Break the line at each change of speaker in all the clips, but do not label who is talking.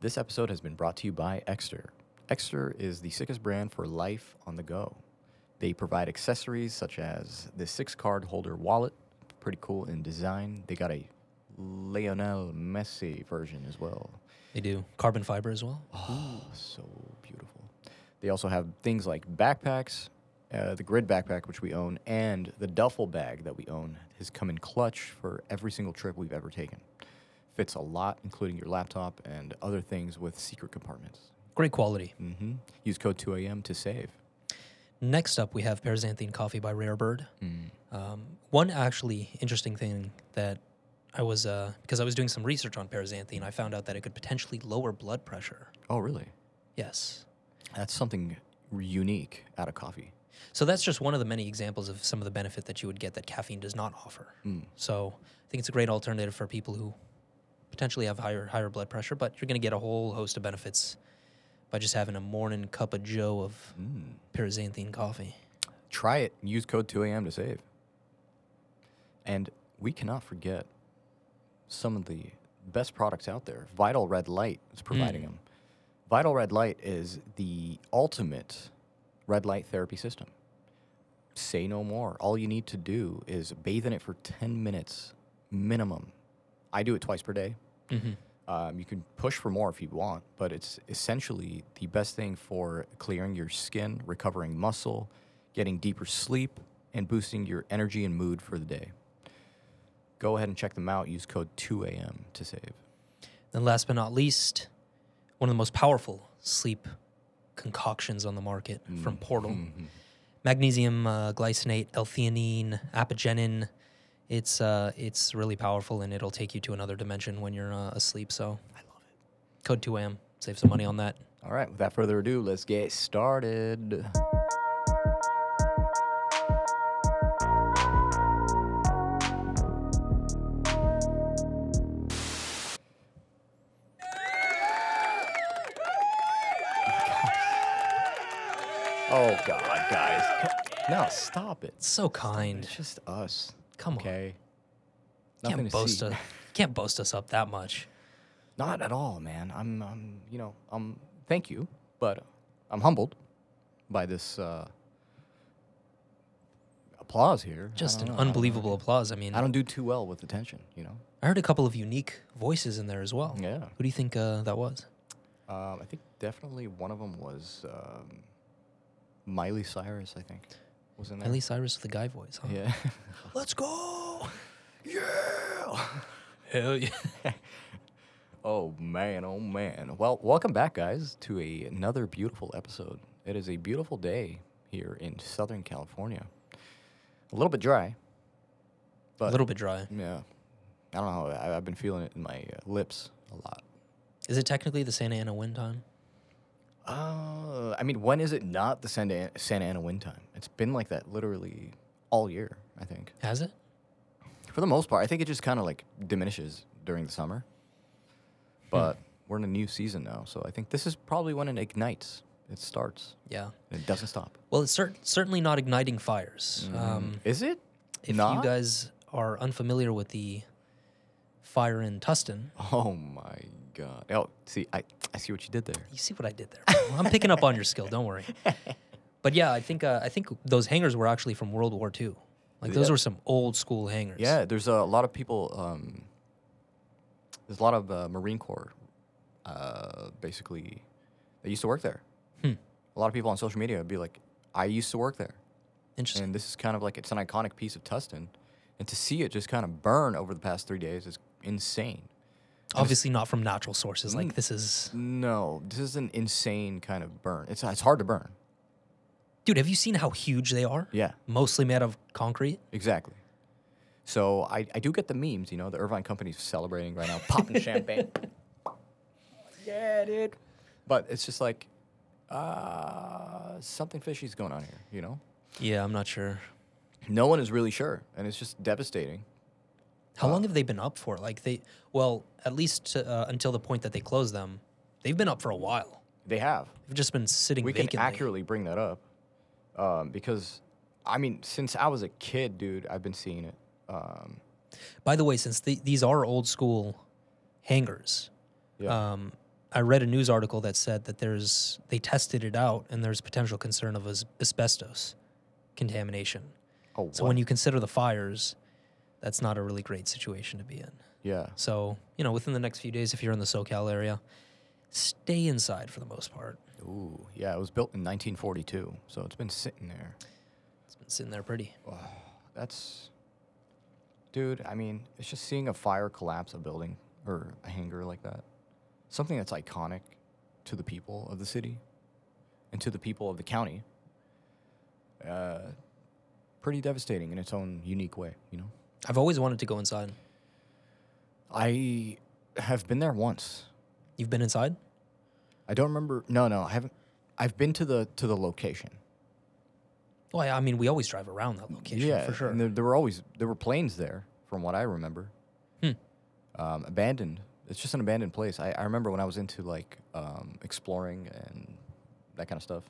This episode has been brought to you by Exter. Exter is the sickest brand for life on the go. They provide accessories such as the six card holder wallet, pretty cool in design. They got a Lionel Messi version as well.
They do carbon fiber as well.
Oh, so beautiful. They also have things like backpacks, uh, the grid backpack, which we own, and the duffel bag that we own has come in clutch for every single trip we've ever taken. Fits a lot, including your laptop and other things with secret compartments.
Great quality.
hmm Use code 2AM to save.
Next up, we have Paraxanthine Coffee by Rarebird.
Mm.
Um, one actually interesting thing that I was, uh, because I was doing some research on paraxanthine, I found out that it could potentially lower blood pressure.
Oh, really?
Yes.
That's something unique out of coffee.
So that's just one of the many examples of some of the benefit that you would get that caffeine does not offer. So I think it's a great alternative for people who potentially have higher higher blood pressure, but you're going to get a whole host of benefits by just having a morning cup of joe of paraxanthine coffee.
Try it. Use code 2AM to save. And we cannot forget some of the best products out there. Vital Red Light is providing them. Vital Red Light is the ultimate red light therapy system. Say no more. All you need to do is bathe in it for 10 minutes minimum. I do it twice per day. Um, you can push for more if you want, but it's essentially the best thing for clearing your skin, recovering muscle, getting deeper sleep, and boosting your energy and mood for the day. Go ahead and check them out. Use code 2AM to save.
Then, last but not least, one of the most powerful sleep concoctions on the market
Mm-hmm.
from Portal magnesium uh, glycinate, L theanine, apigenin. It's, uh, it's really powerful and it'll take you to another dimension when you're uh, asleep. So, I love it. Code 2AM. Save some money on that.
All right, without further ado, let's get started. Oh God, guys! Co- No, stop it!
It's so kind.
It's just us.
Come on.
Okay.
Can't
to
boast,
see.
us, can't boast us up that much.
Not at all, man. I'm, I'm, you know, um, thank you, but I'm humbled by this uh, applause here. I
Just
don't
an
know. I don't-
unbelievable applause. I mean,
I don't do too well with attention, you know.
I heard a couple of unique voices in there as well.
Yeah.
Who do you think uh, that was?
Um, I think definitely one of them was um, Miley Cyrus. I think was in there.
At least Cyrus with the guy voice, huh?
Yeah.
Let's go!
yeah.
Hell yeah.
Oh man, oh man. Well, welcome back, guys, to a, another beautiful episode. It is a beautiful day here in Southern California. A little bit dry,
a
but
little bit dry.
yeah. I don't know. I, I've been feeling it in my uh, lips a lot.
Is it technically the Santa Ana wind time?
Uh, I mean, when is it not the Santa Ana, Santa Ana wind time? It's been like that literally all year. I think
Has it?
for the most part, I think it just kind of like diminishes during the summer.
Hmm.
But we're in a new season now, so I think this is probably when it ignites. It starts.
Yeah.
It doesn't stop. Mm-hmm.
Well, it's cer- certainly not igniting fires. Um,
Mm. Is it?
if you
not?
guys are unfamiliar with the fire in Tustin,
Oh my god. Oh, see, I, I see what you did there.
you see what I did there. bro. I'm picking up on your skill. Don't worry. But yeah, I think uh, I think those hangars were actually from World War II. Like those
Yeah.
were some old school hangars.
Yeah, there's a lot of people. Um, there's a lot of uh, Marine Corps, uh, basically, that used to work there.
Hmm.
A lot of people on social media would be like, "I used to work there,"
Interesting.
and this is kind of like it's an iconic piece of Tustin, and to see it just kind of burn over the past three days is insane.
Obviously not from natural sources.
Mm.
Like this is
No, this is an insane kind of burn. It's it's hard to burn.
Dude, have you seen how huge they are?
Yeah.
Mostly made of concrete.
Exactly. So I, I do get the memes, you know, the Irvine company's celebrating right now, popping champagne. Yeah, dude. But it's just like, uh, something fishy's going on here, you know?
Yeah, I'm not sure.
No one is really sure, and it's just devastating.
How
Uh,
long have they been up for? Like they, well, at least uh, until the point that they closed them, they've been up for a while.
They have.
They've just been sitting
We
vacantly.
can accurately bring that up um, because, I mean, since I was a kid, dude, I've been seeing it. Um,
By the way, since the, these are old school hangars,
yeah.
um, I read a news article that said that there's they tested it out and there's potential concern of as- asbestos contamination.
Oh,
So when you consider the fires, that's not a really great situation to be in.
yeah,
So, you know, within the next few days if you're in the SoCal area, stay inside for the most part.
ooh, yeah, it was built in 1942, so it's been sitting there.
It's been sitting there pretty.
That's, dude. I mean, it's just seeing a fire collapse a building or a hangar like that, something that's iconic to the people of the city, and to the people of the county. Uh, pretty devastating in its own unique way, you know.
I've always wanted to go inside.
I have been there once.
You've been inside?
I don't remember. No, no, I haven't. I've been to the to the location.
Well, I I mean, we always drive around that location
yeah,
for sure.
And there, there were always there were planes there, from what I remember.
Hmm.
Um, abandoned. It's just an abandoned place. I, I remember when I was into like um, exploring and that kind of stuff.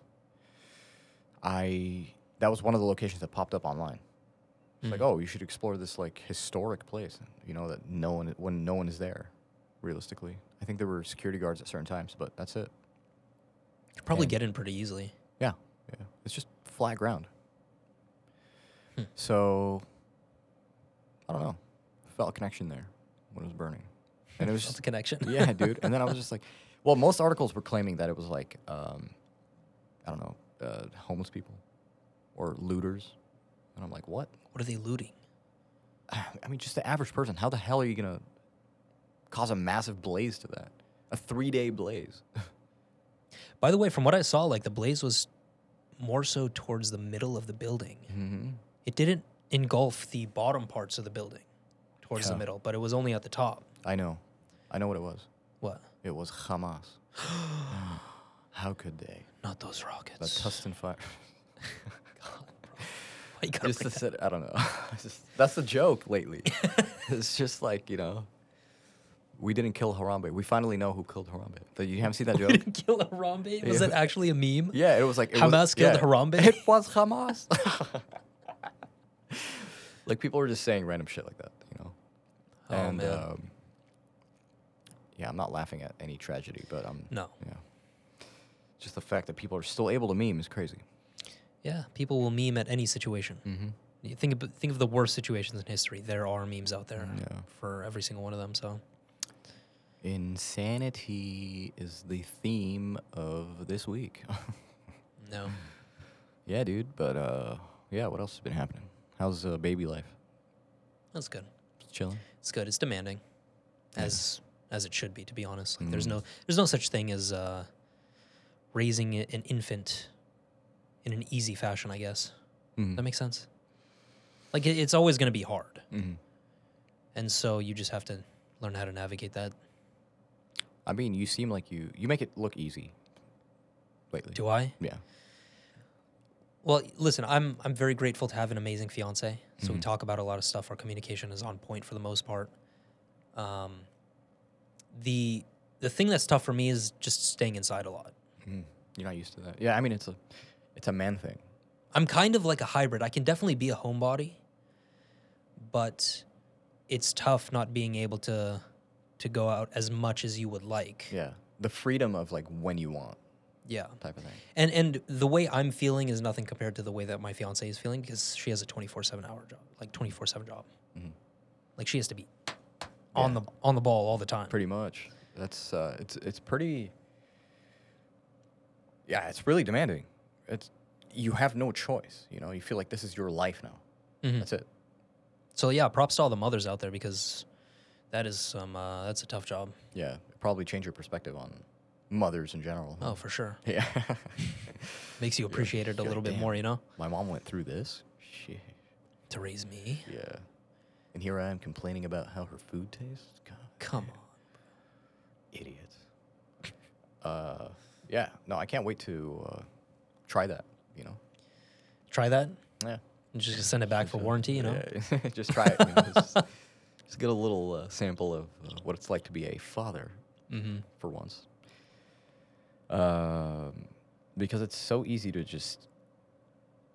I that was one of the locations that popped up online. It's like, oh, you should explore this like historic place. You know that no one when no one is there, realistically. I think there were security guards at certain times, but that's it.
Could probably
and-
get in pretty easily.
Yeah, yeah. It's just flat ground.
Hmm.
So, I don't know. Felt a connection there when it was burning, and it was
Felt
just
the connection.
yeah, dude. And then I was just like, well, most articles were claiming that it was like, um, I don't know, uh, homeless people or looters, and I'm like, what?
What are they looting?
I mean, just the average person. How the hell are you gonna cause a massive blaze to that? A three day blaze.
By the way, from what I saw, like the blaze was more so towards the middle of the building.
mm-hmm.
It didn't engulf the bottom parts of the building towards
Yeah.
the middle, but it was only at the top.
I know, I know what it was.
What?
It was Hamas. How could they?
Not those
The
rockets.
Tustin fire.
Why you gotta
just
bring
to
that-
sit, I don't know. It's just- that's the joke lately. it's just like you know, we didn't kill Harambe. We finally know who killed Harambe. The- You haven't seen that joke?
didn't kill Harambe? Was
Yeah.
that actually a meme?
yeah, it was like it was-
Hamas killed
yeah.
Harambe?
It was Hamas. like people were just saying random shit like that, you know.
Oh,
and
man.
Um, yeah, I'm not laughing at any tragedy, but I'm
No.
Yeah, just the fact that people are still able to meme is crazy.
Yeah, people will meme at any situation.
Mm-hmm.
You think of, think of the worst situations in history. There are memes out there
Yeah.
for every single one of them. So
Insanity is the theme of this week.
no,
yeah, dude. But uh, yeah, what else has been happening? How's uh, baby life?
that's good.
Just chilling.
It's good. It's demanding, as as it should be. To be honest, like there's
Mhm.
no there's no such thing as uh, raising i- an infant in an easy fashion. I guess
Mm-hmm.
that makes sense. Like it, it's always going to be hard,
hmm
and so you just have to learn how to navigate that.
I mean, you seem like you you make it look easy lately.
Do I?
yeah.
Well, listen, I'm I'm very grateful to have an amazing fiance. So we talk about a lot of stuff. Our communication is on point for the most part. Um, the the thing that's tough for me is just staying inside a lot.
Mhm. You're not used to that. Yeah, I mean, it's a it's a man thing.
I'm kind of like a hybrid. I can definitely be a homebody, but it's tough not being able to to go out as much as you would like.
Yeah, the freedom of like when you want
Yeah.
type of thing.
And and the way I'm feeling is nothing compared to the way that my fiance is feeling because she has a 24/7 hour job, like 24/7 job.
Mhm.
Like she has to be on the on the ball all the time.
Pretty much. That's uh, it's it's pretty. Yeah, it's really demanding. It's you have no choice. You know, you feel like this is your life now.
Mhm.
That's it.
So yeah, props to all the mothers out there because that is some uh, that's a tough job.
Yeah, it probably change your perspective on mothers in general.
Oh, for sure.
Yeah.
Makes you appreciate it a
You're like,
little bit
"Damn,
more, you know,
My mom went through this. Shit.
to raise me.
Yeah. And here I am complaining about how her food tastes. God,
Come on.
idiots. Uh, yeah. No, I can't wait to uh, try that. You know.
Try that.
Yeah.
I'm just gonna send it back for warranty, you know.
Yeah, just try it. You know, just, just get a little uh, sample of uh, what it's like to be a father
Mm-hmm.
for once. Um, because it's so easy to just,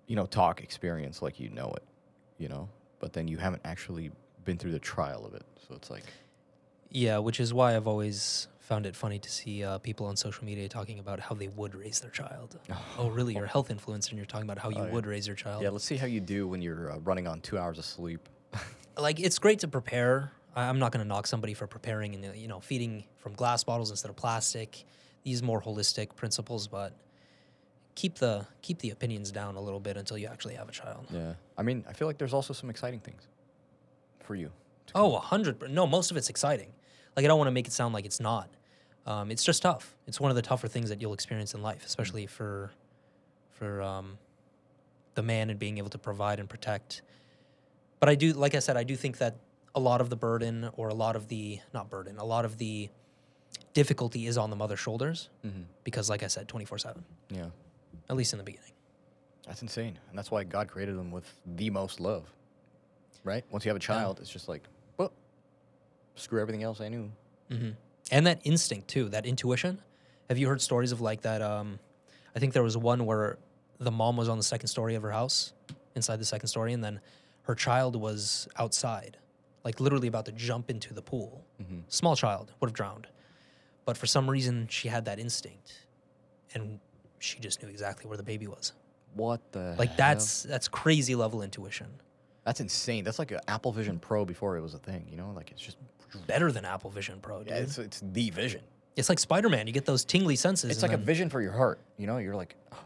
you know, talk experience like you know it, you know, but then you haven't actually been through the trial of it. So it's like,
Yeah, which is why I've always found it funny to see uh, people on social media talking about how they would raise their child. oh, really? You're a health influencer and you're talking about how you
Oh, yeah.
would raise your child.
Yeah, let's see how you do when you're uh, running on two hours of sleep.
like it's great to prepare. I- I'm not going to knock somebody for preparing and uh, you know feeding from glass bottles instead of plastic. These more holistic principles, but keep the keep the opinions down a little bit until you actually have a child.
yeah. I mean, I feel like there's also some exciting things for you. to
Oh, a hundred. per- No, most of it's exciting. Like I don't want to make it sound like it's not. Um, it's just tough. It's one of the tougher things that you'll experience in life,
Mm.
especially for for um, the man and being able to provide and protect. But I do, like I said, I do think that a lot of the burden or a lot of the not burden, a lot of the difficulty is on the mother's shoulders
Mhm.
because, like I said, twenty four seven,
Yeah.
at least in the beginning.
That's insane. And that's why God created them with the most love. Right? Once you have a child, it's just like, well, screw everything else I knew.
Mm-hmm. and that instinct too that intuition have you heard stories of like that um i think there was one where the mom was on the second story of her house inside the second story and then her child was outside like literally about to jump into the pool small child would have drowned but for some reason she had that instinct and she just knew exactly where the baby was
What the
like
hell?
that's that's crazy level intuition
that's insane. That's like an Apple Vision Pro before it was a thing, you know? Like it's just
better than apple vision pro dude.
yeah, it's it's the vision.
it's like spider-man you get those tingly senses
It's
and
like a
then-
vision for your heart. You know, you're like "Oh."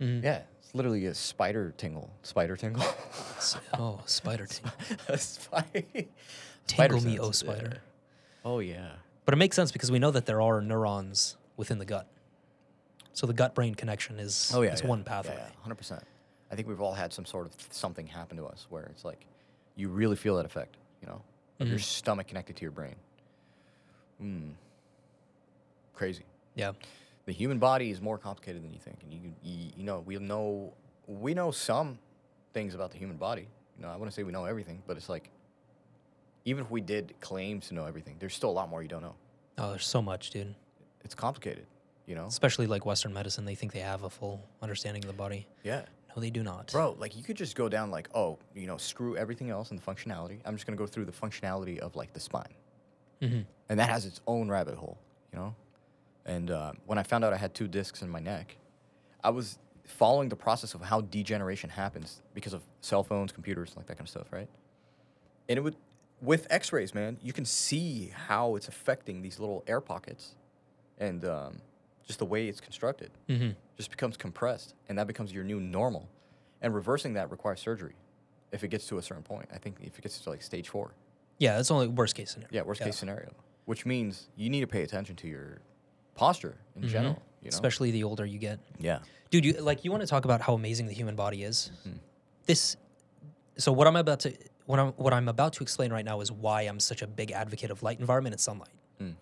Mm-hmm.
Yeah. It's literally a spider tingle. Spider tingle.
oh spider tingle
a spider.
Tingle me, oh
sense, yeah.
spider.
Oh yeah.
But it makes sense because we know that there are neurons within the gut. So the gut brain connection is,
Oh yeah,
is
yeah,
one
yeah,
pathway.
Yeah, hundred percent. I think we've all had some sort of th- something happen to us where it's like you really feel that effect, you know, of
Mm-hmm.
your stomach connected to your brain. Mm. Crazy.
Yeah.
The human body is more complicated than you think, and you you, you know we know we know some things about the human body. You know, I wouldn't say we know everything, but it's like even if we did claim to know everything, there's still a lot more you don't know.
Oh, there's so much, dude.
It's complicated, you know.
Especially like Western medicine, they think they have a full understanding of the body.
Yeah.
No, they do not.
Bro, like you could just go down like, oh, you know, screw everything else and the functionality. I'm just gonna go through the functionality of like the spine,
Mhm.
and that has its own rabbit hole, you know. And uh, when I found out I had two discs in my neck, I was following the process of how degeneration happens because of cell phones, computers, like that kind of stuff, right? And it would, with X-rays, man, you can see how it's affecting these little air pockets, and um, just the way it's constructed just becomes compressed and that becomes your new normal and reversing that requires surgery if it gets to a certain point i think if it gets to like stage four
Yeah, that's only worst case scenario.
yeah worst case scenario which means you need to pay attention to your posture in general you know?
Mm-hmm. Especially the older you get.
yeah
dude you like you want to talk about how amazing the human body is this so what i'm about to what i'm what i'm about to explain right now is why i'm such a big advocate of light environment and sunlight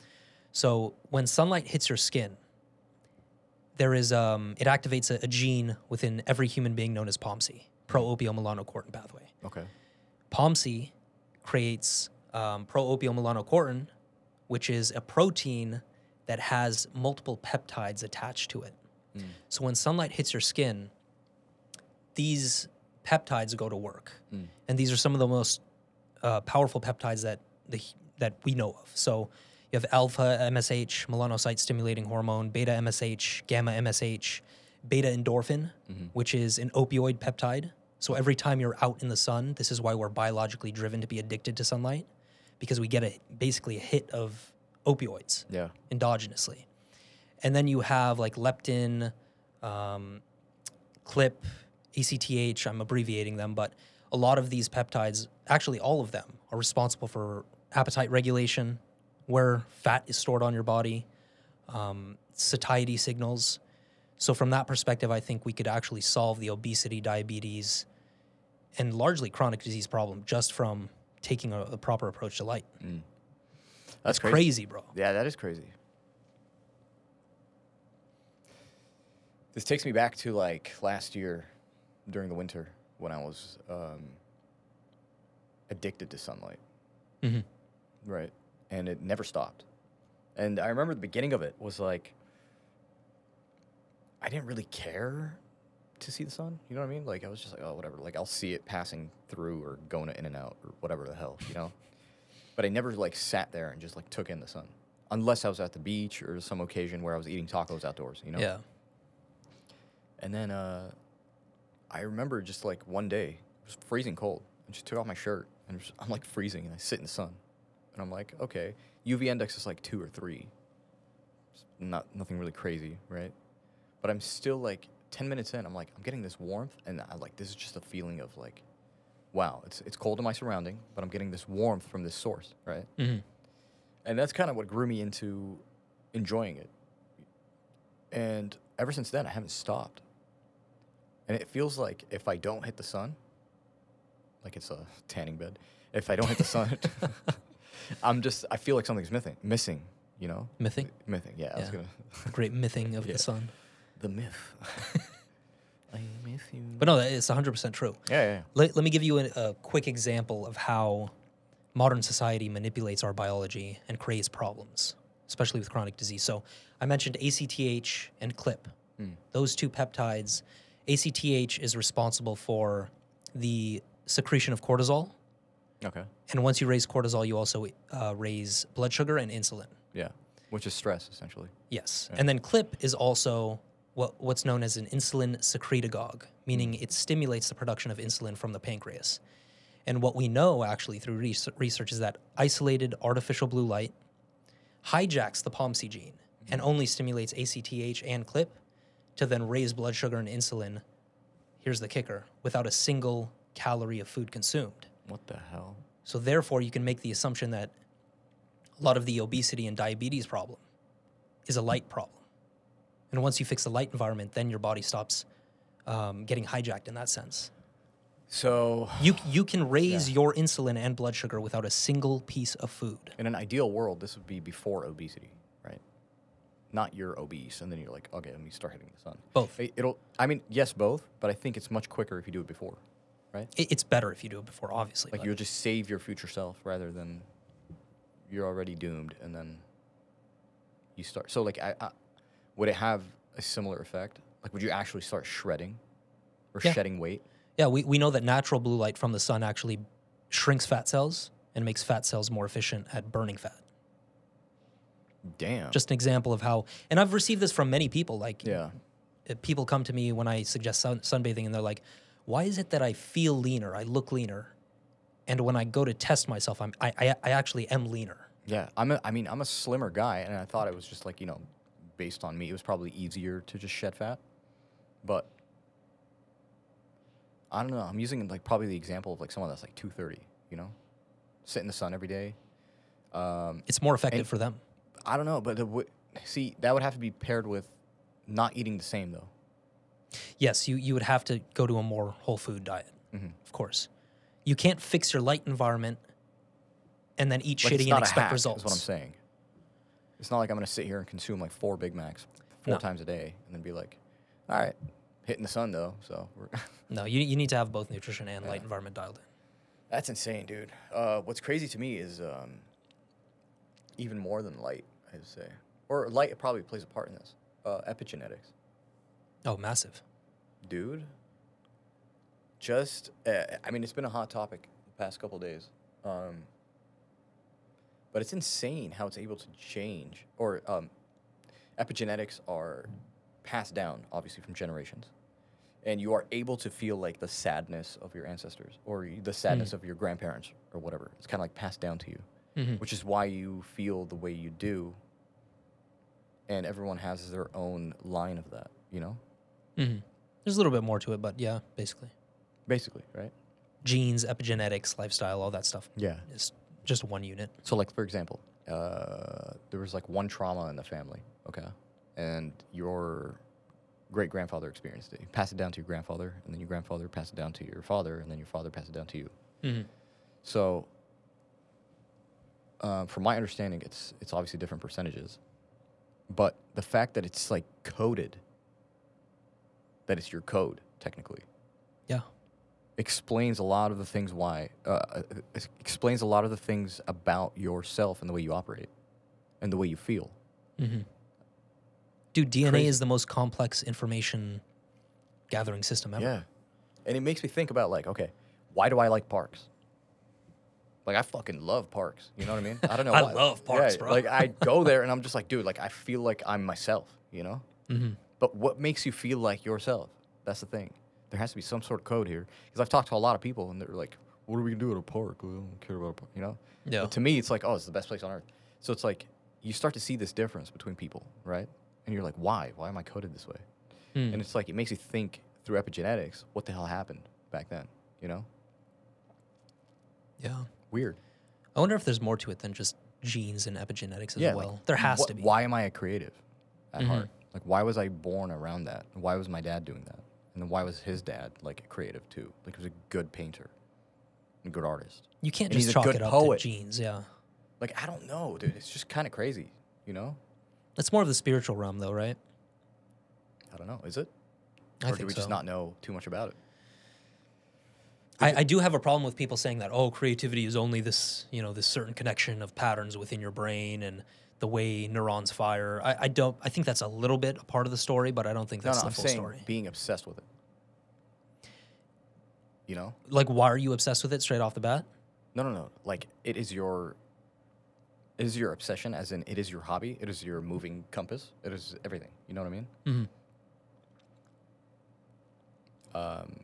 so when sunlight hits your skin there is um it activates a, a gene within every human being known as pomc pro-opiomelanocortin pathway
okay
POMC creates um, pro-opiomelanocortin, which is a protein that has multiple peptides attached to it. So when sunlight hits your skin, these peptides go to work, and these are some of the most uh, powerful peptides that the hu- that we know of. So you have alpha MSH, melanocyte stimulating hormone, beta MSH, gamma MSH, beta endorphin, which is an opioid peptide. So every time you're out in the sun, this is why we're biologically driven to be addicted to sunlight, because we get a basically a hit of opioids
yeah
endogenously. And then you have like leptin, um, CLIP, E ACTH, I'm abbreviating them, but a lot of these peptides, actually all of them, are responsible for appetite regulation, where fat is stored on your body, um, satiety signals. So, from that perspective, I think we could actually solve the obesity, diabetes, and largely chronic disease problem just from taking a, a proper approach to light.
that's
Crazy,
crazy.
bro.
yeah that is crazy this takes me back to like last year during the winter when i was um, addicted to sunlight
Mhm.
Right. And it never stopped. And I remember the beginning of it was like, I didn't really care to see the sun. You know what I mean? Like, I was just like, oh, whatever. Like, I'll see it passing through or going in and out or whatever the hell, you know? but I never, like, sat there and just, like, took in the sun. unless I was at the beach or some occasion where I was eating tacos outdoors, you know?
Yeah.
And then uh, I remember just like one day, it was freezing cold. I just took off my shirt and just- I'm like freezing and I sit in the sun. And I'm like, okay, UV index is like two or three. It's Not nothing really crazy, right? But I'm still like 10 minutes in, I'm like, I'm getting this warmth. And I like, this is just a feeling of like, wow, it's, it's cold in my surrounding, but I'm getting this warmth from this source, right?
Mm-hmm.
and that's kind of what grew me into enjoying it. And ever since then, I haven't stopped. And it feels like if I don't hit the sun, like it's a tanning bed, if I don't hit the sun, I'm just I feel like something's missing. Missing, you know?
Mything?
Missing. Yeah, I was
Yeah.
gonna.
The great mything of
Yeah.
the sun.
the myth. I miss you.
But no, that- it's 100% true.
yeah, yeah, yeah.
Let, let me give you a, a quick example of how modern society manipulates our biology and creates problems, especially with chronic disease. So I mentioned ACTH and CLIP,
Hmm.
those two peptides. ACTH is responsible for the secretion of cortisol.
Okay.
And once you raise cortisol, you also uh, raise blood sugar and insulin.
Yeah. Which is stress, essentially.
Yes. And then CLIP is also what, what's known as an insulin secretagogue, meaning it stimulates the production of insulin from the pancreas. And what we know actually through res- research is that isolated artificial blue light hijacks the POMC gene and only stimulates ACTH and CLIP to then raise blood sugar and insulin. Here's the kicker without a single calorie of food consumed.
What the hell?
So therefore, you can make the assumption that a lot of the obesity and diabetes problem is a light problem. And once you fix the light environment, then your body stops um, getting hijacked in that sense.
So,
You, you can raise your insulin and blood sugar without a single piece of food.
In an ideal world, this would be before obesity, right? Not you're obese, and then you're like, okay, let me start hitting the sun.
Both.
I- It'll. I mean, yes, both, but I think it's much quicker if you do it before, right?
It, it's better if you do it before, obviously.
Like
but-
you'll just save your future self rather than you're already doomed, and then you start. So, like, I, I would it have a similar effect? Like, would you actually start shredding or
Yeah.
shedding weight?
yeah, we, we know that natural blue light from the sun actually shrinks fat cells and makes fat cells more efficient at burning fat.
Damn.
Just an example of how, and I've received this from many people. Like,
yeah.
uh, people come to me when I suggest sun, sunbathing and they're like, why is it that I feel leaner? I look leaner. And when I go to test myself, I'm, I, I, I actually am leaner.
Yeah, I'm. A, I mean, I'm a slimmer guy, and I thought it was just like you know, based on me, it was probably easier to just shed fat. But I don't know. I'm using like probably the example of like someone that's like 230. You know, sit in the sun every day. Um,
It's more effective
And-
for them.
I don't know, but the, w- see, that would have to be paired with not eating the same though.
Yes, you, you would have to go to a more whole food diet,
Mm-hmm.
of course. You can't fix your light environment and then eat
Like,
shitty
it's
and
not a
expect
hack,
results.
Is what I'm saying. It's not like I'm gonna sit here and consume like four Big Macs four
No.
times a day and then be like, all right, hitting the sun though, so we're.
No, you, you need to have both nutrition and light environment dialed in.
That's insane, dude. Uh, what's crazy to me is um, even more than light, I'd say, or light probably plays a part in this. Uh, epigenetics,
Oh, massive.
dude. Just, uh, I mean, it's been a hot topic the past couple days, um, but it's insane how it's able to change. Or um, epigenetics are passed down, obviously, from generations. And you are able to feel like the sadness of your ancestors or y- the sadness of your grandparents or whatever. It's kind of like passed down to you,
Mhm.
which is why you feel the way you do. And everyone has their own line of that, you know?
Mhm. There's a little bit more to it, but yeah, basically.
Basically, right?
Genes, epigenetics, lifestyle, all that stuff.
Yeah.
It's just one unit.
So, like for example, uh, there was like one trauma in the family, okay, and your great grandfather experienced it. You pass it down to your grandfather, and then your grandfather passed it down to your father, and then your father passed it down to you.
Mhm.
So, uh, from my understanding, it's it's obviously different percentages, but the fact that it's like coded, that it's your code technically,
Yeah.
explains a lot of the things why uh, uh, ex- explains a lot of the things about yourself and the way you operate and the way you feel
Dude, DNA
Crazy.
is the most complex information gathering system ever.
and it makes me think about like okay why do i like parks Like I fucking love parks. You know what I mean? I don't know.
I
why.
love parks, bro.
Like I go there and I'm just like, dude, like I feel like I'm myself. You know?
Mm-hmm.
But what makes you feel like yourself? That's the thing. There has to be some sort of code here. Because I've talked to a lot of people and they're like, what are we going to do at a park? We don't care about a park, you know?
Yeah.
But to me, it's like, oh, it's the best place on earth. So it's like, you start to see this difference between people, right? And you're like, why? Why am I coded this way?
Hmm.
And it's like, it makes you think through epigenetics, what the hell happened back then, you know?
Yeah.
Weird.
I wonder if there's more to it than just genes and epigenetics as
yeah. like,
well. there has
wh-
to be. Mm-hmm.
Why am I a creative at heart? Like, why was I born around that? Why was my dad doing that? And then why was his dad like creative too? Like, he was a good painter, a good artist.
You can't
And
just
he's a
chalk
good
it up
poet.
to genes. Yeah.
Like, I don't know, dude. It's just kind of crazy, you know?
That's more of the spiritual realm, though, right?
I don't know. Is it? or
I think
do we
so.
just not know too much about it?
I, I do have a problem with people saying that oh creativity is only this you know this certain connection of patterns within your brain and the way neurons fire I, I don't I think that's a little bit a part of the story but I don't think
No,
that's
no.
the
I'm
full
saying
story
being obsessed with it. You know?
like why are you obsessed with it straight off the bat
No, no, no. Like, it is your. It is your obsession, as in it is your hobby, it is your moving compass, it is everything. You know what I mean?
mm-hmm.
Um,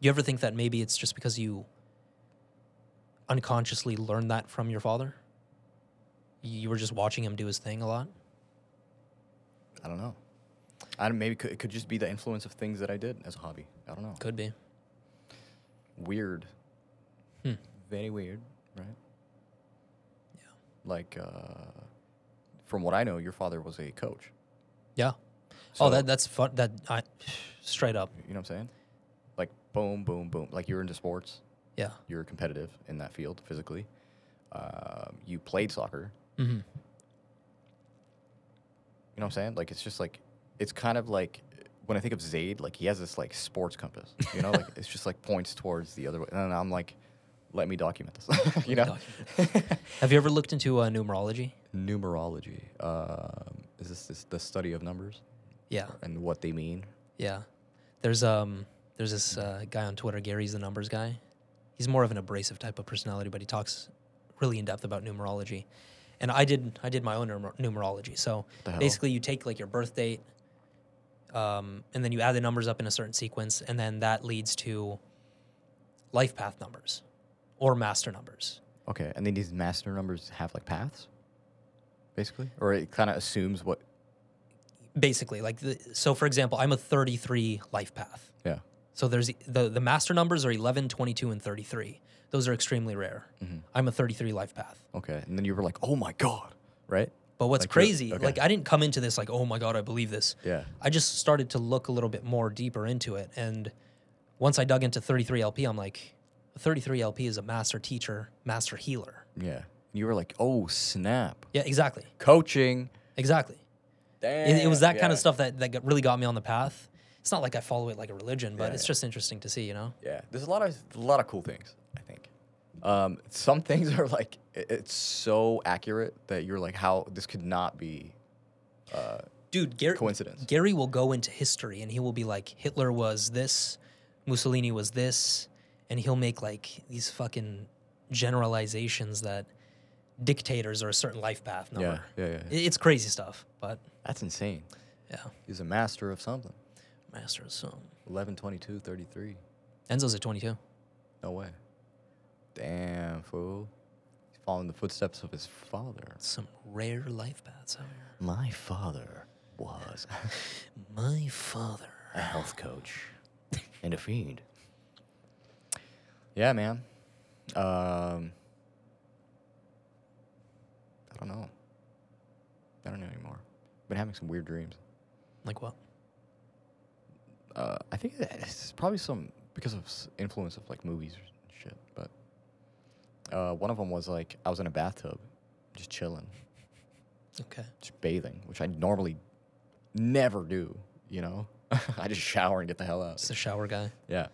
you ever think that maybe it's just because you unconsciously learned that from your father you were just watching him do his thing a lot
I don't know. I don't, maybe could, it could just be the influence of things that I did as a hobby. I don't know.
could be
Weird.
Hmm.
Very weird, right? Yeah. Like, uh, from what I know, your father was a coach.
yeah oh
So-
that that's fun that I straight up
You know what I'm saying? Like, boom, boom, boom. Like, you're into sports.
yeah
You're competitive in that field physically. Um, you played soccer.
mm-hmm.
You know what I'm saying? Like, it's just like, it's kind of like when I think of Zayd, like, he has this, like, sports compass. You know, like, it's just like points towards the other way. And I'm like, let me document this. you know?
have you ever looked into uh, numerology
numerology. Um, is this, this the study of numbers
yeah
and what they mean?
Yeah, there's um there's this uh, guy on Twitter, Gary's the numbers guy. He's more of an abrasive type of personality, but he talks really in depth about numerology. And I did I did my own numer- numerology. So
the hell?
basically, you take like your birth date, um, and then you add the numbers up in a certain sequence, and then that leads to life path numbers or master numbers.
Okay, and then these master numbers have like paths, basically, or it kind of assumes what.
Basically, like the, so, for example, I'm a 33 life path.
Yeah.
So there's e, the the master numbers are 11, 22 and 33. Those are extremely rare.
Mm-hmm.
I'm a 33 life path.
Okay, and then you were like, "Oh my god!" Right?
But what's
Like you're-
crazy,
okay.
like I didn't come into this like, "Oh my god, I believe this."
Yeah.
I just started to look a little bit more deeper into it and once I dug into 33 LP, I'm like, 33 LP is a master teacher, master healer.
Yeah. You were like, "Oh snap!"
Yeah, exactly.
Coaching.
Exactly.
Damn.
It, it was that kind
yeah.
of stuff that that got- really got me on the path. It's not like I follow it like a religion, but
Yeah,
it's
yeah.
just interesting to see, you know.
Yeah, there's a lot of a lot of cool things. I think um, some things are like i- it's so accurate that you're like, "How this could not be uh,
Dude, Gary
coincidence."
Gary will go into history and he will be like, Hitler was this, Mussolini was this, and he'll make like these fucking generalizations that dictators are a certain life path number.
yeah, yeah,
I- It's crazy stuff, but
That's insane.
yeah,
He's a master of something.
master of some.
11, 22, 33.
Enzo's at 22.
No way. Damn, fool. He's following the footsteps of his father.
Some rare life paths out here.
My father was
My father.
a health coach and a fiend. Yeah, man. Um, I don't know. I don't know anymore. Been having some weird dreams.
Like what?
uh, I think that it's probably some because of s- influence of like movies and shit. But uh, one of them was like I was in a bathtub, just chilling,
Okay.
just bathing, which I normally never do. You know, I just shower and get the hell out.
It's the shower guy.
Yeah,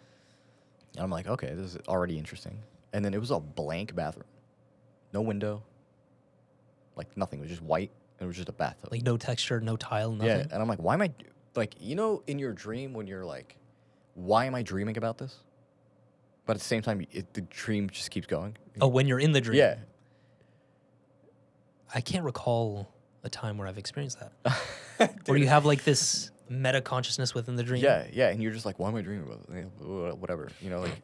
and I'm like, okay, this is already interesting. And then it was a blank bathroom, no window, like nothing. It was just white, and it was just a bathtub.
Like no texture, no tile, nothing.
Yeah, uh, and I'm like, why am I like you know in your dream when you're like, why am I dreaming about this? But at the same time, it, the dream just keeps going.
Oh, when you're in the dream.
Yeah.
I can't recall a time where I've experienced that. where you have like this meta consciousness within the dream.
Yeah, yeah, and you're just like, why am I dreaming about this? Wh- whatever, you know, like.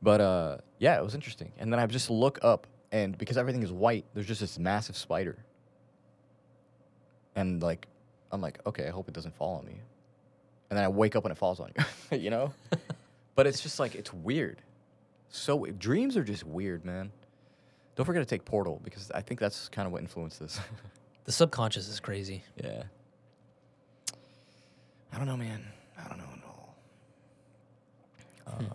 But uh, yeah, it was interesting. And then I just look up, and because everything is white, there's just this massive spider. And like, I'm like, okay, I hope it doesn't fall on me. And then I wake up and it falls on you, you know. but it's just like it's weird. So we- dreams are just weird, man. Don't forget to take Portal because I think that's kind of what influenced this.
The subconscious is crazy.
Yeah. I don't know, man. I don't know at all. Um,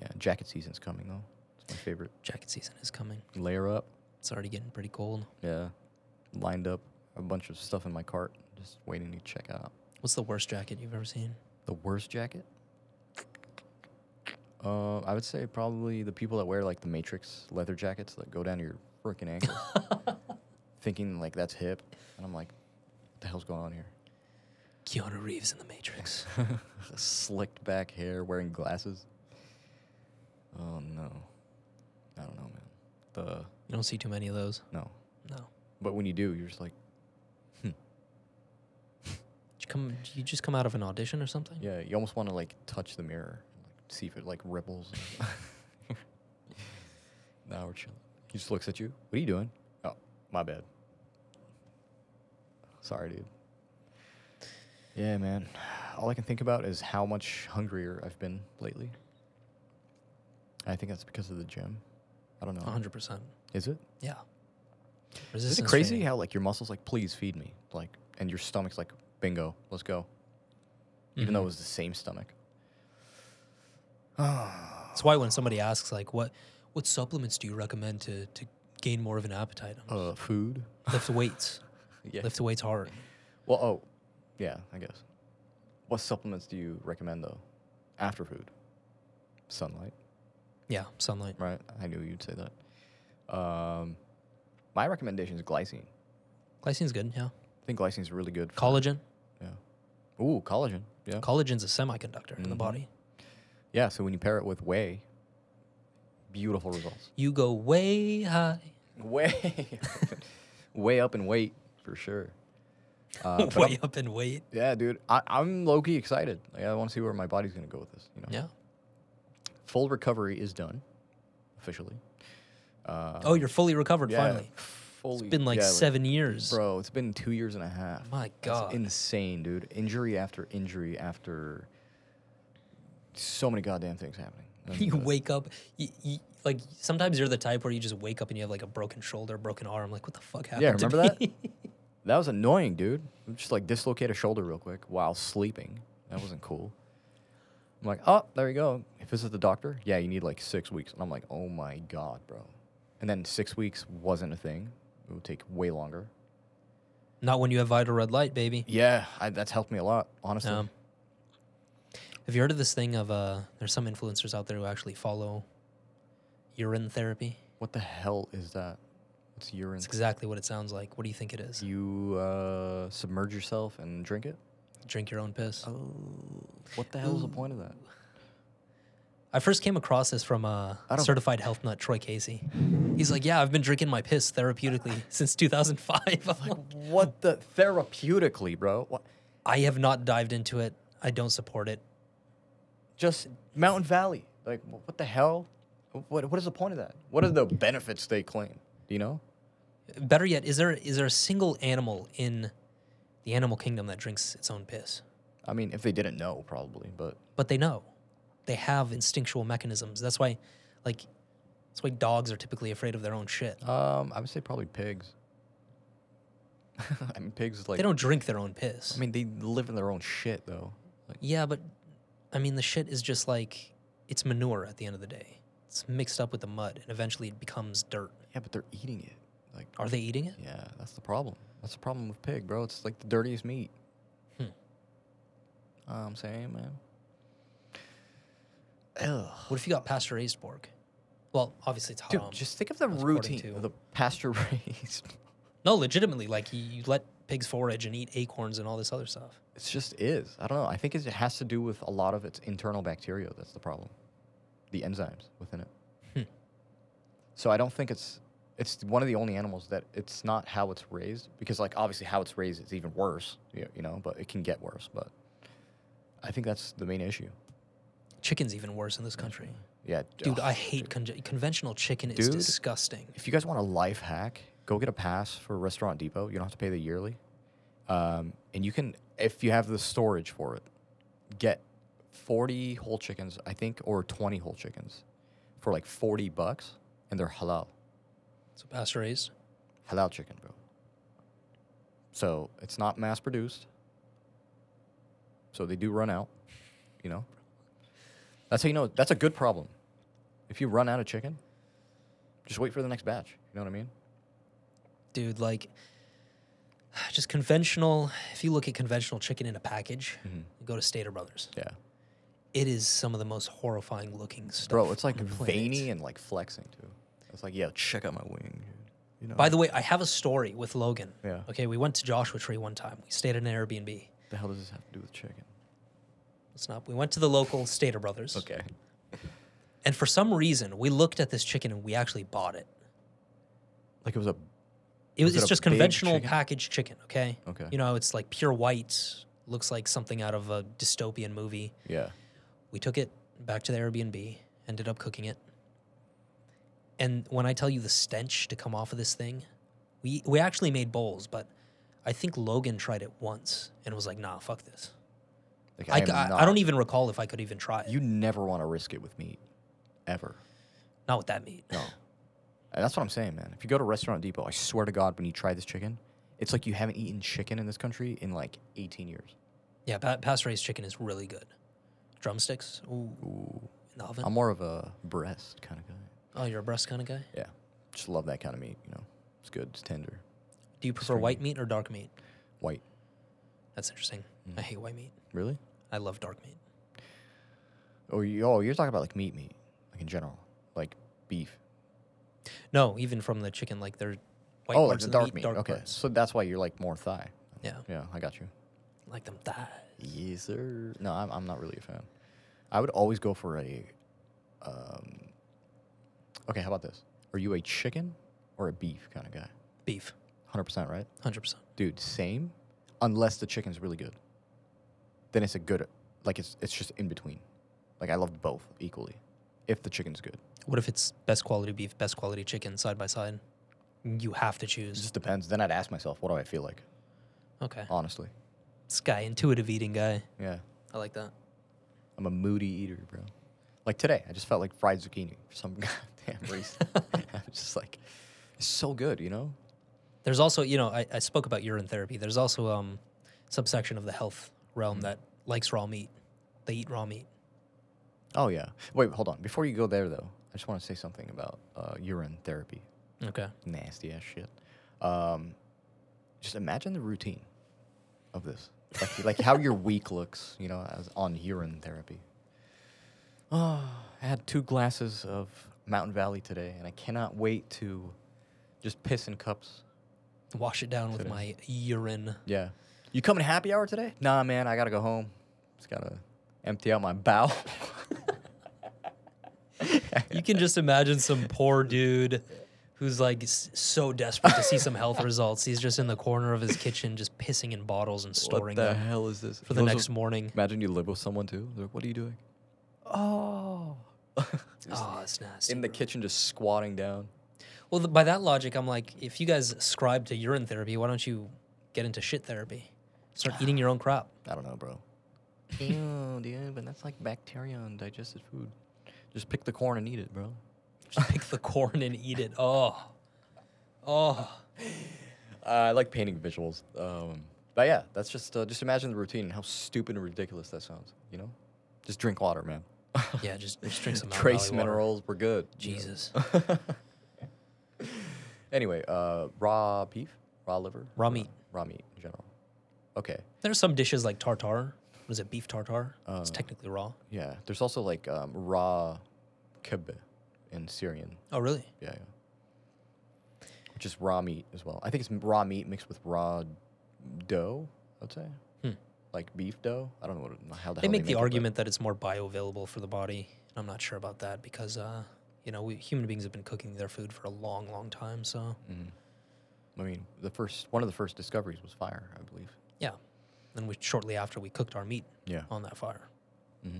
yeah, jacket season's coming though. It's my favorite.
Jacket season is coming.
Layer up.
It's already getting pretty cold.
Yeah. Lined up a bunch of stuff in my cart, just waiting to check out.
What's the worst jacket you've ever seen?
The worst jacket? Uh, I would say probably the people that wear like the Matrix leather jackets that go down to your freaking ankles, thinking like that's hip, and I'm like, what the hell's going on here?
Keanu Reeves in The Matrix.
slicked back hair, wearing glasses. Oh no, I don't know, man. The
you don't see too many of those.
no,
No. Did
but when you do, you're just like, hmm.
you come? did you just come out of an audition or something?
yeah, you almost want to like touch the mirror, and, like see if it like ripples. now we're chilling. He just looks at you. What are you doing? Oh, my bad. Sorry, dude. Yeah, man. All I can think about is how much hungrier I've been lately. I think that's because of the gym. I don't know.
hundred percent.
Is it?
Yeah.
Is it
Resistance
crazy
training.
how like your muscles like please feed me like and your stomach's like bingo let's go even though it
Mhm.
was the same stomach.
That's why when somebody asks like what what supplements do you recommend to to gain more of an appetite? I'm
Uh, food.
just, lift weights.
Yeah.
Lift weights hard.
Well, oh, yeah, I guess. What supplements do you recommend though, after food? Sunlight,
Yeah, sunlight.
right? I knew you'd say that. Um, my recommendation is glycine.
Glycine's good, yeah.
I think glycine is really good. For,
Collagen.
Yeah. Ooh, collagen. Yeah.
Collagen's a semiconductor in the
Mhm.
body.
yeah. So when you pair it with whey, beautiful results.
You go way high.
Way, way up in weight for sure. Uh, but I'm-
way up in weight.
Yeah, dude. I, I'm low key excited. Like, I want to see where my body's gonna go with this. You know.
Yeah.
Full recovery is done, officially. Uh,
Oh, you're fully recovered
yeah,
finally.
Fully.
It's been like
yeah,
seven years.
Bro, it's been two years and a half.
My
That's
God.
insane, dude. Injury after injury after. So many goddamn things happening. And,
you
uh,
wake up, you, you, like sometimes you're the type where you just wake up and you have like a broken shoulder, broken arm. Like, what the fuck happened?
Yeah,
to
remember
me?
That was annoying, dude. Just like dislocate a shoulder real quick while sleeping. That wasn't cool. I'm like, oh, there you go. If this is the doctor, yeah, you need like six weeks. And I'm like, oh my God, bro. And then six weeks wasn't a thing. It would take way longer.
Not when you have vital red light, baby.
Yeah, I, that's helped me a lot, honestly.
Um, have you heard of this thing of uh? There's some influencers out there who actually follow urine therapy.
what the hell is that? It's urine.
That's exactly what it sounds like. What do you think it is?
You uh, submerge yourself and drink it?
Drink your own piss.
Oh. What the hell is the point of that?
I first came across this from a
I don't-
certified health nut, Troy Casey. He's like, yeah, I've been drinking my piss therapeutically since 2005. I'm like,
What the therapeutically, bro? What?
I have not dived into it. I don't support it.
just Mountain Valley. Like, wh- what the hell? What, what is the point of that? What are the benefits they claim? Do you know?
Better yet, is there is there a single animal in the animal kingdom that drinks its own piss?
I mean, if they didn't know, probably, but
But they know. They have instinctual mechanisms. That's why like that's why dogs are typically afraid of their own shit.
um, I would say probably pigs. I mean, pigs, like,
they don't drink their own piss.
I mean, they live in their own shit, though. Like,
yeah, but I mean the shit is just like it's manure at the end of the day. It's mixed up with the mud and eventually it becomes dirt.
yeah, but they're eating it. Like,
Are they eating it?
yeah, that's the problem. That's the problem with pig, bro. It's like the dirtiest meat.
Hmm.
I'm saying, man. Ugh.
What if you got pasture raised pork? Well, obviously it's
Dude,
haram.
just think of the
according
routine
to-
of the pasture raised.
no, legitimately, like you, you let pigs forage and eat acorns and all this other stuff.
It's just is. I don't know. I think it's- it has to do with a lot of its internal bacteria. That's the problem. The enzymes within it.
Hmm.
So I don't think it's it's one of the only animals that it's not how it's raised because like obviously how it's raised is even worse. You, you know, but it can get worse. But I think that's the main issue.
Chicken's even worse in this country.
Yeah,
Dude,
ugh,
I hate con- conventional chicken. It's
Dude.
disgusting.
If you guys want a life hack, go get a pass for Restaurant Depot. You don't have to pay the yearly. Um, and you can, if you have the storage for it, get 40 whole chickens, I think, or 20 whole chickens for like 40 bucks. And they're halal.
So pasture raised.
Halal chicken, bro. So it's not mass produced. So they do run out, you know? That's how you know that's a good problem. If you run out of chicken, just wait for the next batch. You know what I mean?
Dude, like just conventional. If you look at conventional chicken in a package, go to Stater Brothers.
Mm-hmm. Yeah.
It is some of the most horrifying looking stuff.
Bro, it's
on
like
the planet.
veiny and like flexing too. It's like, yeah, check out my wing. dude. You know,
By the way, I have a story with Logan.
uh, Yeah.
Okay, we went to Joshua Tree one time. We stayed at an Airbnb.
the hell does this have to do with chicken?
It's not. We went to the local Stater Brothers.
Okay.
And for some reason, we looked at this chicken and we actually bought it.
Like it was a
It
Was
was,
it
it's
a
just
big
conventional
chicken?
packaged chicken, okay?
Okay.
You know, it's like pure white, looks like something out of a dystopian movie.
yeah.
We took it back to the Airbnb, ended up cooking it. And when I tell you the stench to come off of this thing, we we actually made bowls, but I think Logan tried it once and was like, "Nah, fuck this."
Like
I,
am
c- I- I
not-
don't e even recall if I could even try it.
You never want to risk it with meat, ever.
Not with that meat.
No. And that's what I'm saying, man. If you go to Restaurant Depot, I swear to God, when you try this chicken, it's like you haven't eaten chicken in this country in like 18 years.
Yeah, pa- past raised chicken is really good. Drumsticks, ooh, in the oven.
I'm more of a breast kind of guy.
oh, you're a breast kind of guy.
Yeah. Just love that kind of meat, you know. It's good, it's tender,
Do you prefer white meat or dark meat?
white.
That's interesting.
Mm.
I hate white meat.
Really?
I love dark meat.
Oh, you, oh, you're talking about like meat, meat, like in general, like beef.
No, even from the chicken, like they're white
oh, like
parts
the
of
dark
meat,
meat.
dark
okay,
parts.
so that's why you're like more thigh.
Yeah,
Yeah, I got you.
like them thighs.
Yes, sir. No, I'm, I'm not really a fan. I would always go for a. Um, okay, how about this? Are you a chicken or a beef kind of guy?
Beef,
Hundred percent, right,
hundred percent.
dude? Same, unless the chicken's really good. Then it's a good, like it's it's just in between. Like I love both equally, if the chicken's good.
What if it's best quality beef, best quality chicken side by side? You have to
It
choose.
just depends. Then I'd ask myself, what do I feel like?
Okay,
Honestly,
this guy, intuitive eating guy.
yeah.
I like that.
I'm a moody eater, bro. Like today, I just felt like fried zucchini for some goddamn reason. I'm just like, it's so good, you know?
There's also, you know, I, I spoke about urine therapy. There's also um, subsection of the health realm that likes raw meat. They eat raw meat.
Oh, yeah. Wait, hold on. Before you go there, though, I just want to say something about uh, urine therapy.
Okay.
Nasty ass shit. Um, just imagine the routine of this. Like, like how your week looks, you know, as on urine therapy. Oh, I had two glasses of Mountain Valley today, and I cannot wait to just piss in cups.
Wash it down with
Today.
my urine.
Yeah. You coming happy hour today? Nah, man, I gotta go home. Just gotta empty out my bowel.
You can just imagine some poor dude who's like s- so desperate to see some health results. He's just in the corner of his kitchen, just pissing in bottles and storing them
hell is this?
for the next morning.
Imagine you live with someone too. They're like, what are you doing? Oh.
Oh, it's nasty.
in the kitchen, just squatting down.
well, th- by that logic, I'm like, if you guys ascribe to urine therapy, why don't you get into shit therapy? Start eating your own crap.
I don't know, bro. Ew, dude, but that's like bacteria on digested food. Just pick the corn and eat it, bro.
Just pick the corn and eat it. Oh, oh.
Uh, I like painting visuals. Um, but yeah, that's just uh, just imagine the routine and how stupid and ridiculous that sounds. You know, just drink water, man.
Yeah, just, just drink some Mount
Trace
Valley water.
minerals, we're good. you know.
Jesus.
Anyway, uh, raw beef, raw liver,
Raw meat.
raw meat in general. Okay,
There's some dishes like tartar. What is it? Beef tartar. it's
Uh,
technically raw.
yeah. There's also like um, raw kebab in Syrian.
Oh, really?
Yeah, yeah. Which is raw meat as well. I think it's m- raw meat mixed with raw dough. I'd say.
Hmm.
like beef dough. I don't know what, how the
They
hell
make the
it, but-
argument that it's more bioavailable for the body. And I'm not sure about that because, uh, you know, we, human beings have been cooking their food for a long, long time. So,
Mm. Mm-hmm. I mean, the first one of the first discoveries was fire, I believe.
yeah. Then we shortly after we cooked our meat
Yeah.
on that fire.
Mm-hmm.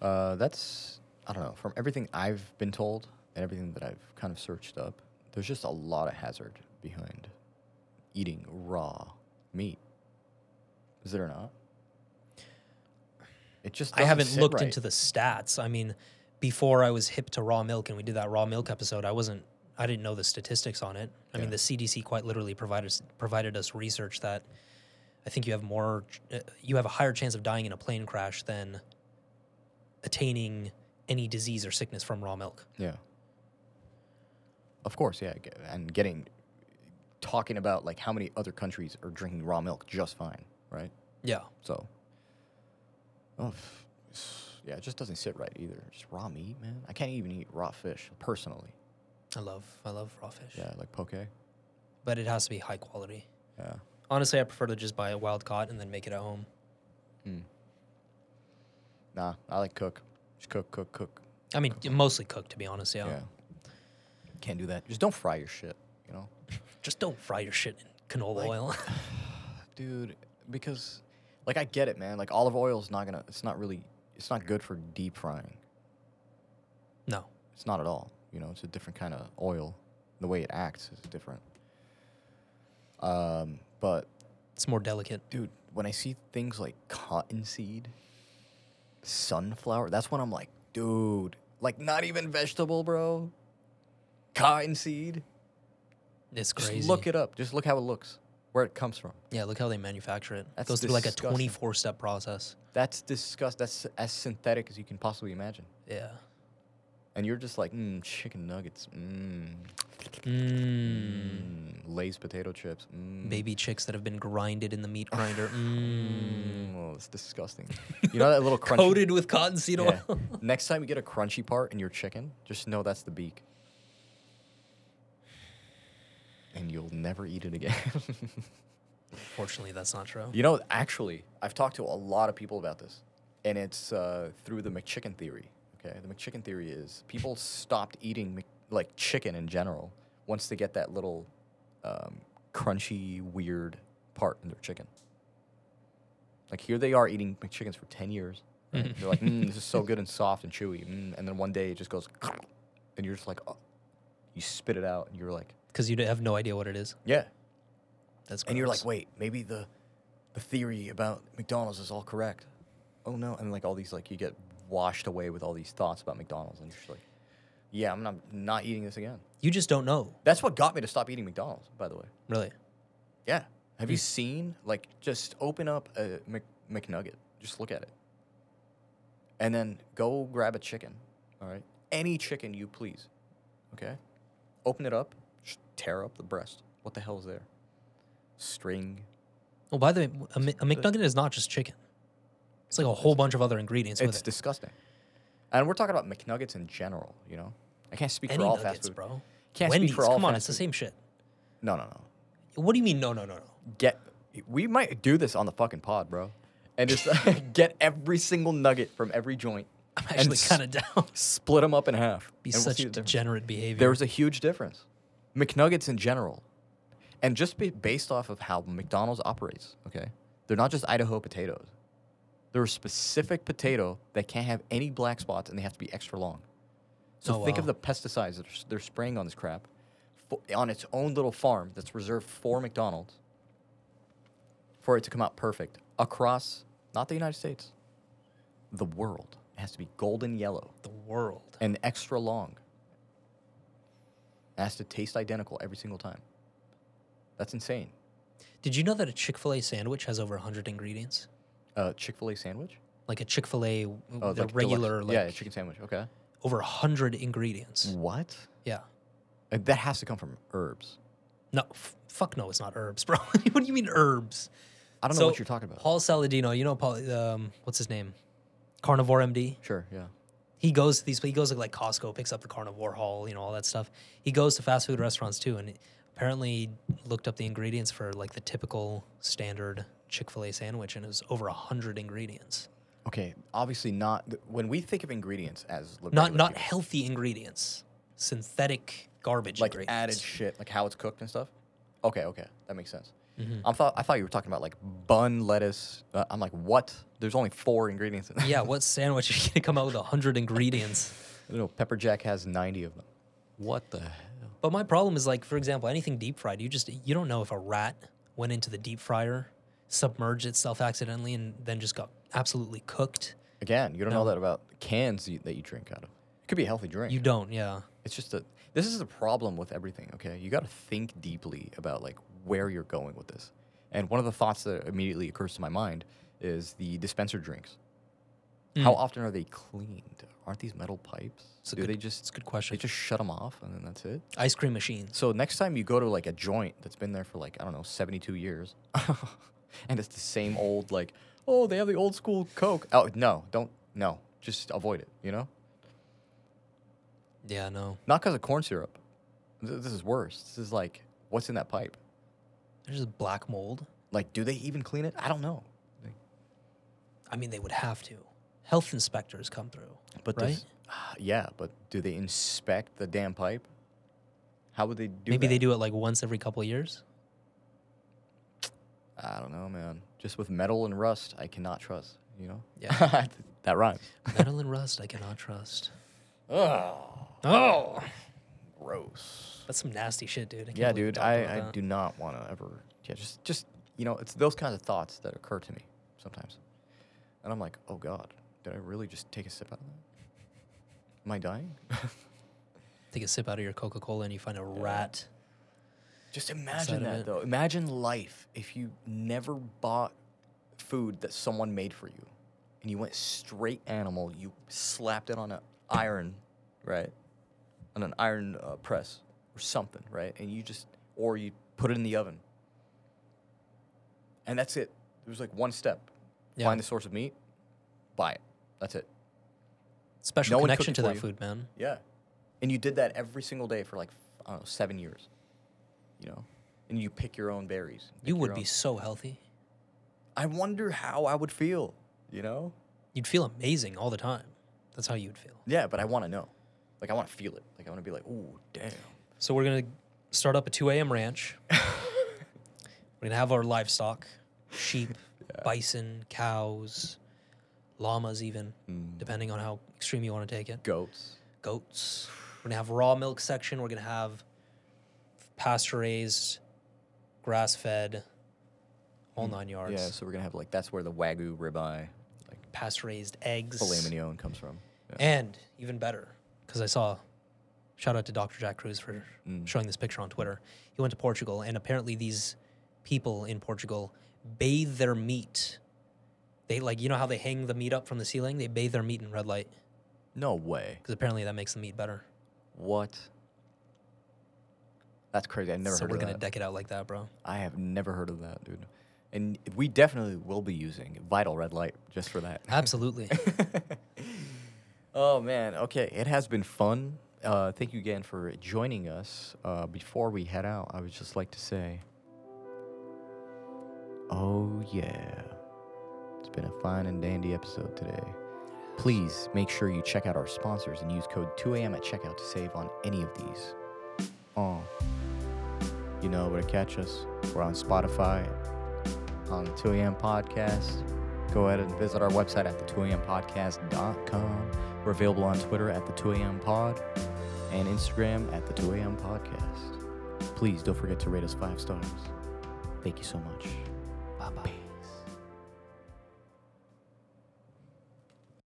Uh, that's I don't know. From everything I've been told and everything that I've kind of searched up, there's just a lot of hazard behind eating raw meat. Is there not? It just
I haven't looked
into
into the stats. I mean, before I was hip to raw milk and we did that raw milk episode, I wasn't I didn't know the statistics on it. I
Yeah.
mean, the CDC quite literally provided us- provided us research that I think you have more ch- uh, you have a higher chance of dying in a plane crash than attaining any disease or sickness from raw milk.
Yeah. Of course, yeah, g- and getting talking about like how many other countries are drinking raw milk just fine, right?
Yeah.
So, oh, f- s- yeah, it just doesn't sit right either. Just raw meat, man. I can't even eat raw fish personally.
I love I love raw fish.
Yeah, like poke. Yeah,
But it has to be high quality. Honestly, I prefer to just buy it wild caught and then make it at home. Hmm.
nah, I like cook. Just cook, cook, cook.
I mean, mostly cooked to be honest,
Yeah,
yeah.
can't do that. Just don't fry your shit, you know,
Just don't fry your shit in canola
Like-
oil.
dude. Because, like, I get it, man. Like, olive oil is not gonna. It's not really. It's not good for deep frying.
no.
It's not at all. You know, it's a different kind of oil. The way it acts is different. Um, but
It's more delicate.
dude, when I see things like cottonseed, sunflower, that's when I'm like, dude, like not even vegetable, bro. Cottonseed.
It's
Just
crazy.
look it up. Just look how it looks, where it comes from.
yeah, look how they manufacture it.
That's
It goes through like a
disgusting.
24 step process.
That's disgust. That's as synthetic as you can possibly imagine.
Yeah.
And you're just like, mmm, chicken nuggets, mmm,
Mmm.
mm, Lay's potato chips, mmm.
Mm. Baby chicks that have been grinded in the meat grinder. Mmm.
Mm, oh, it's disgusting. You know that little crunchy
Coated with cottonseed
Yeah.
oil.
Next time you get a crunchy part in your chicken, just know that's the beak. And you'll never eat it again.
Fortunately, that's not true.
you know, actually, I've talked to a lot of people about this, and it's uh, through the McChicken theory. Okay, the McChicken theory is people stopped eating Mc- like chicken in general once they get that little um, crunchy, weird part in their chicken. Like here they are eating McChickens for ten years. right? They're like, mm, this is so good and soft and chewy, mm. and then one day it just goes, and you're just like, oh. you spit it out, and you're like,
Because you d- have no idea what it is.
yeah,
That's gross.
and you're like, wait, maybe the the theory about McDonald's is all correct. Oh no, and like all these like you get washed away with all these thoughts about McDonald's, and you're just like, yeah, I'm not not eating this again.
You just don't know,
That's what got me to stop eating McDonald's, by the way.
really.
Yeah. Have you
Mm.
seen like just open up a Mc, McNugget, just look at it, and then go grab a chicken. All right, any chicken you please. Okay, open it up, just tear up the breast. What the hell is there? String,
Well, Oh, by the way, a, mi- a McNugget is not just chicken, it's like a whole bunch of other ingredients with
it's
it.
disgusting. And we're talking about McNuggets in general, you know? I can't speak
Any
for all fast
nuggets,
food.
bro.
Can't speak
Wendy's,
for all
come on,
fast
it's the
food.
same shit.
No, no, no.
What do you mean, no, no, no, no?
Get we might do this on the fucking pod, bro. And just get every single nugget from every joint.
I'm
and
actually
s-
kind of down.
split them up in half.
Be
and we'll
such
see the difference.
degenerate behavior.
There was a huge difference. McNuggets in general, and just be based off of how McDonald's operates, okay? They're not just Idaho potatoes. They're a specific potato that can't have any black spots and they have to be extra long. So
Oh,
think of
wow.
the pesticides that are s- they're spraying on this crap fo- on its own little farm that's reserved for McDonald's for it to come out perfect across not the United States, the world. It has to be golden yellow
the world.
and extra long. It has to taste identical every single time. That's insane.
Did you know that a Chick fil A sandwich has over 100 ingredients?
Uh, Chick Fil A sandwich?
Like a Chick fil A,
Oh,
the
like deluxe-
regular, like
yeah, chicken Mm. sandwich. Okay.
over 100 ingredients.
What?
Yeah.
Uh, That has to come from herbs.
No, f- fuck no, it's not herbs, bro. what do you mean herbs?
I don't know what you're talking about.
Paul Saladino, you know, Paul, um, what's his name? Carnivore MD.
Sure. Yeah.
He goes to these, he goes to like Costco, picks up the carnivore haul, you know, all that stuff. He goes to fast food restaurants too, and apparently looked up the ingredients for like the typical standard Chick fil A sandwich and it was over 100 ingredients.
Okay, obviously not. th- When we think of ingredients as li-
Not,
regular
not
people,
healthy ingredients, synthetic garbage
like
ingredients.
added shit, like how it's cooked and stuff. Okay, okay, that makes sense. I thought I thought you were talking about like bun, lettuce. Uh, I'm like, what? There's only four ingredients in that.
yeah, what sandwich are you going to come out with 100 ingredients?
You know, Pepper Jack has 90 of them. What the hell?
But my problem is like, for example, anything deep fried, you just you don't know if a rat went into the deep fryer, submerged itself accidentally, and then just got absolutely cooked.
Again, you don't know that about cans you, that you drink out of. It could be a healthy drink.
You don't, yeah.
it's just a. This is the problem with everything. Okay, you got to think deeply about like where you're going with this. And one of the thoughts that immediately occurs to my mind is the dispenser drinks. How often are they cleaned? Aren't these metal pipes?
Hmm. It's a
Do
good,
they
it's a
just
good
they
question.
just shut them off and then that's it?
Ice cream machines.
So next time you go to like a joint that's been there for like I don't know 72 years, and it's the same old like oh they have the old school Coke. Oh no, don't no, just avoid it. You know,
Yeah, no.
not because of corn syrup. Th- This is worse. This is like what's in that pipe.
There's just black mold.
Like, do they even clean it? I don't know. Like,
I mean, they would have to. Health inspectors come through.
But
right?
this- ah, yeah, but do they inspect the damn pipe? How would they do?
Maybe they
that?
do it like once every couple of years.
I don't know, man. Just with metal and rust, I cannot trust. You know.
Yeah.
that rhymes.
Metal and rust, I cannot trust.
Oh,
Oh,
gross.
that's some nasty shit, dude. I can't
Yeah,
believe we
dude,
talked about
I, I
that.
do not want to ever. Yeah, just just you know, it's those kinds of thoughts that occur to me sometimes, and I'm like, oh god, did I really just take a sip out of that? Am I dying?
Take a sip out of your Coca Cola and you find a rat.
just
Inside of
imagine that
it.
though. Imagine life if you never bought food that someone made for you, and you went straight animal. You slapped it on an iron, right, on an iron uh, press or something, right, and you just or you put it in the oven. and that's it. It was like one step:
Yeah.
find the source of meat, buy it. That's it.
Special
No one cooked
connection
it
to
for
that
you.
food, man.
Yeah, and you did that every single day for like I don't know seven years, you know, and you pick your own berries. and
You
pick your
would be
own-
so healthy.
I wonder how I would feel, you know.
You'd feel amazing all the time. That's how you'd feel.
Yeah, but I want to know. Like I want to feel it. Like I want to be like, ooh, damn.
So we're gonna start up a 2 a.m. ranch. we're gonna have our livestock, sheep, bison, cows, llamas, even
Mm.
depending on how extreme you want to take it.
Goats.
Goats. We're gonna have raw milk section. We're gonna have pasture raised, grass fed,
Mm.
whole nine yards.
Yeah, so we're gonna have like that's where the wagyu ribeye, like
Pasture raised eggs.
filet mignon comes from. Yeah.
And even better, because I saw, shout out to Dr. Jack Cruz for
Mm.
showing this picture on Twitter. He went to Portugal, and apparently these people in Portugal bathe their meat. They like you know how they hang the meat up from the ceiling. They bathe their meat in red light
No way.
because apparently that makes the meat better.
What? That's crazy. I've never
so
heard
we're
of
gonna
that.
deck it out like that, bro.
I have never heard of that, dude. And we definitely will be using Vital Red Light just for that.
Absolutely.
Oh man, okay, it has been fun. Uh, thank you again for joining us. Uh, before we head out, I would just like to say, oh yeah, it's been a fine and dandy episode today. Please make sure you check out our sponsors and use code 2AM at checkout to save on any of these. Oh, you know where to catch us. We're on Spotify, on the 2AM Podcast. Go ahead and visit our website at the2ampodcast.com. We're available on Twitter at the 2AM Pod and Instagram at the 2AM Podcast. Please don't forget to rate us five stars. Thank you so much.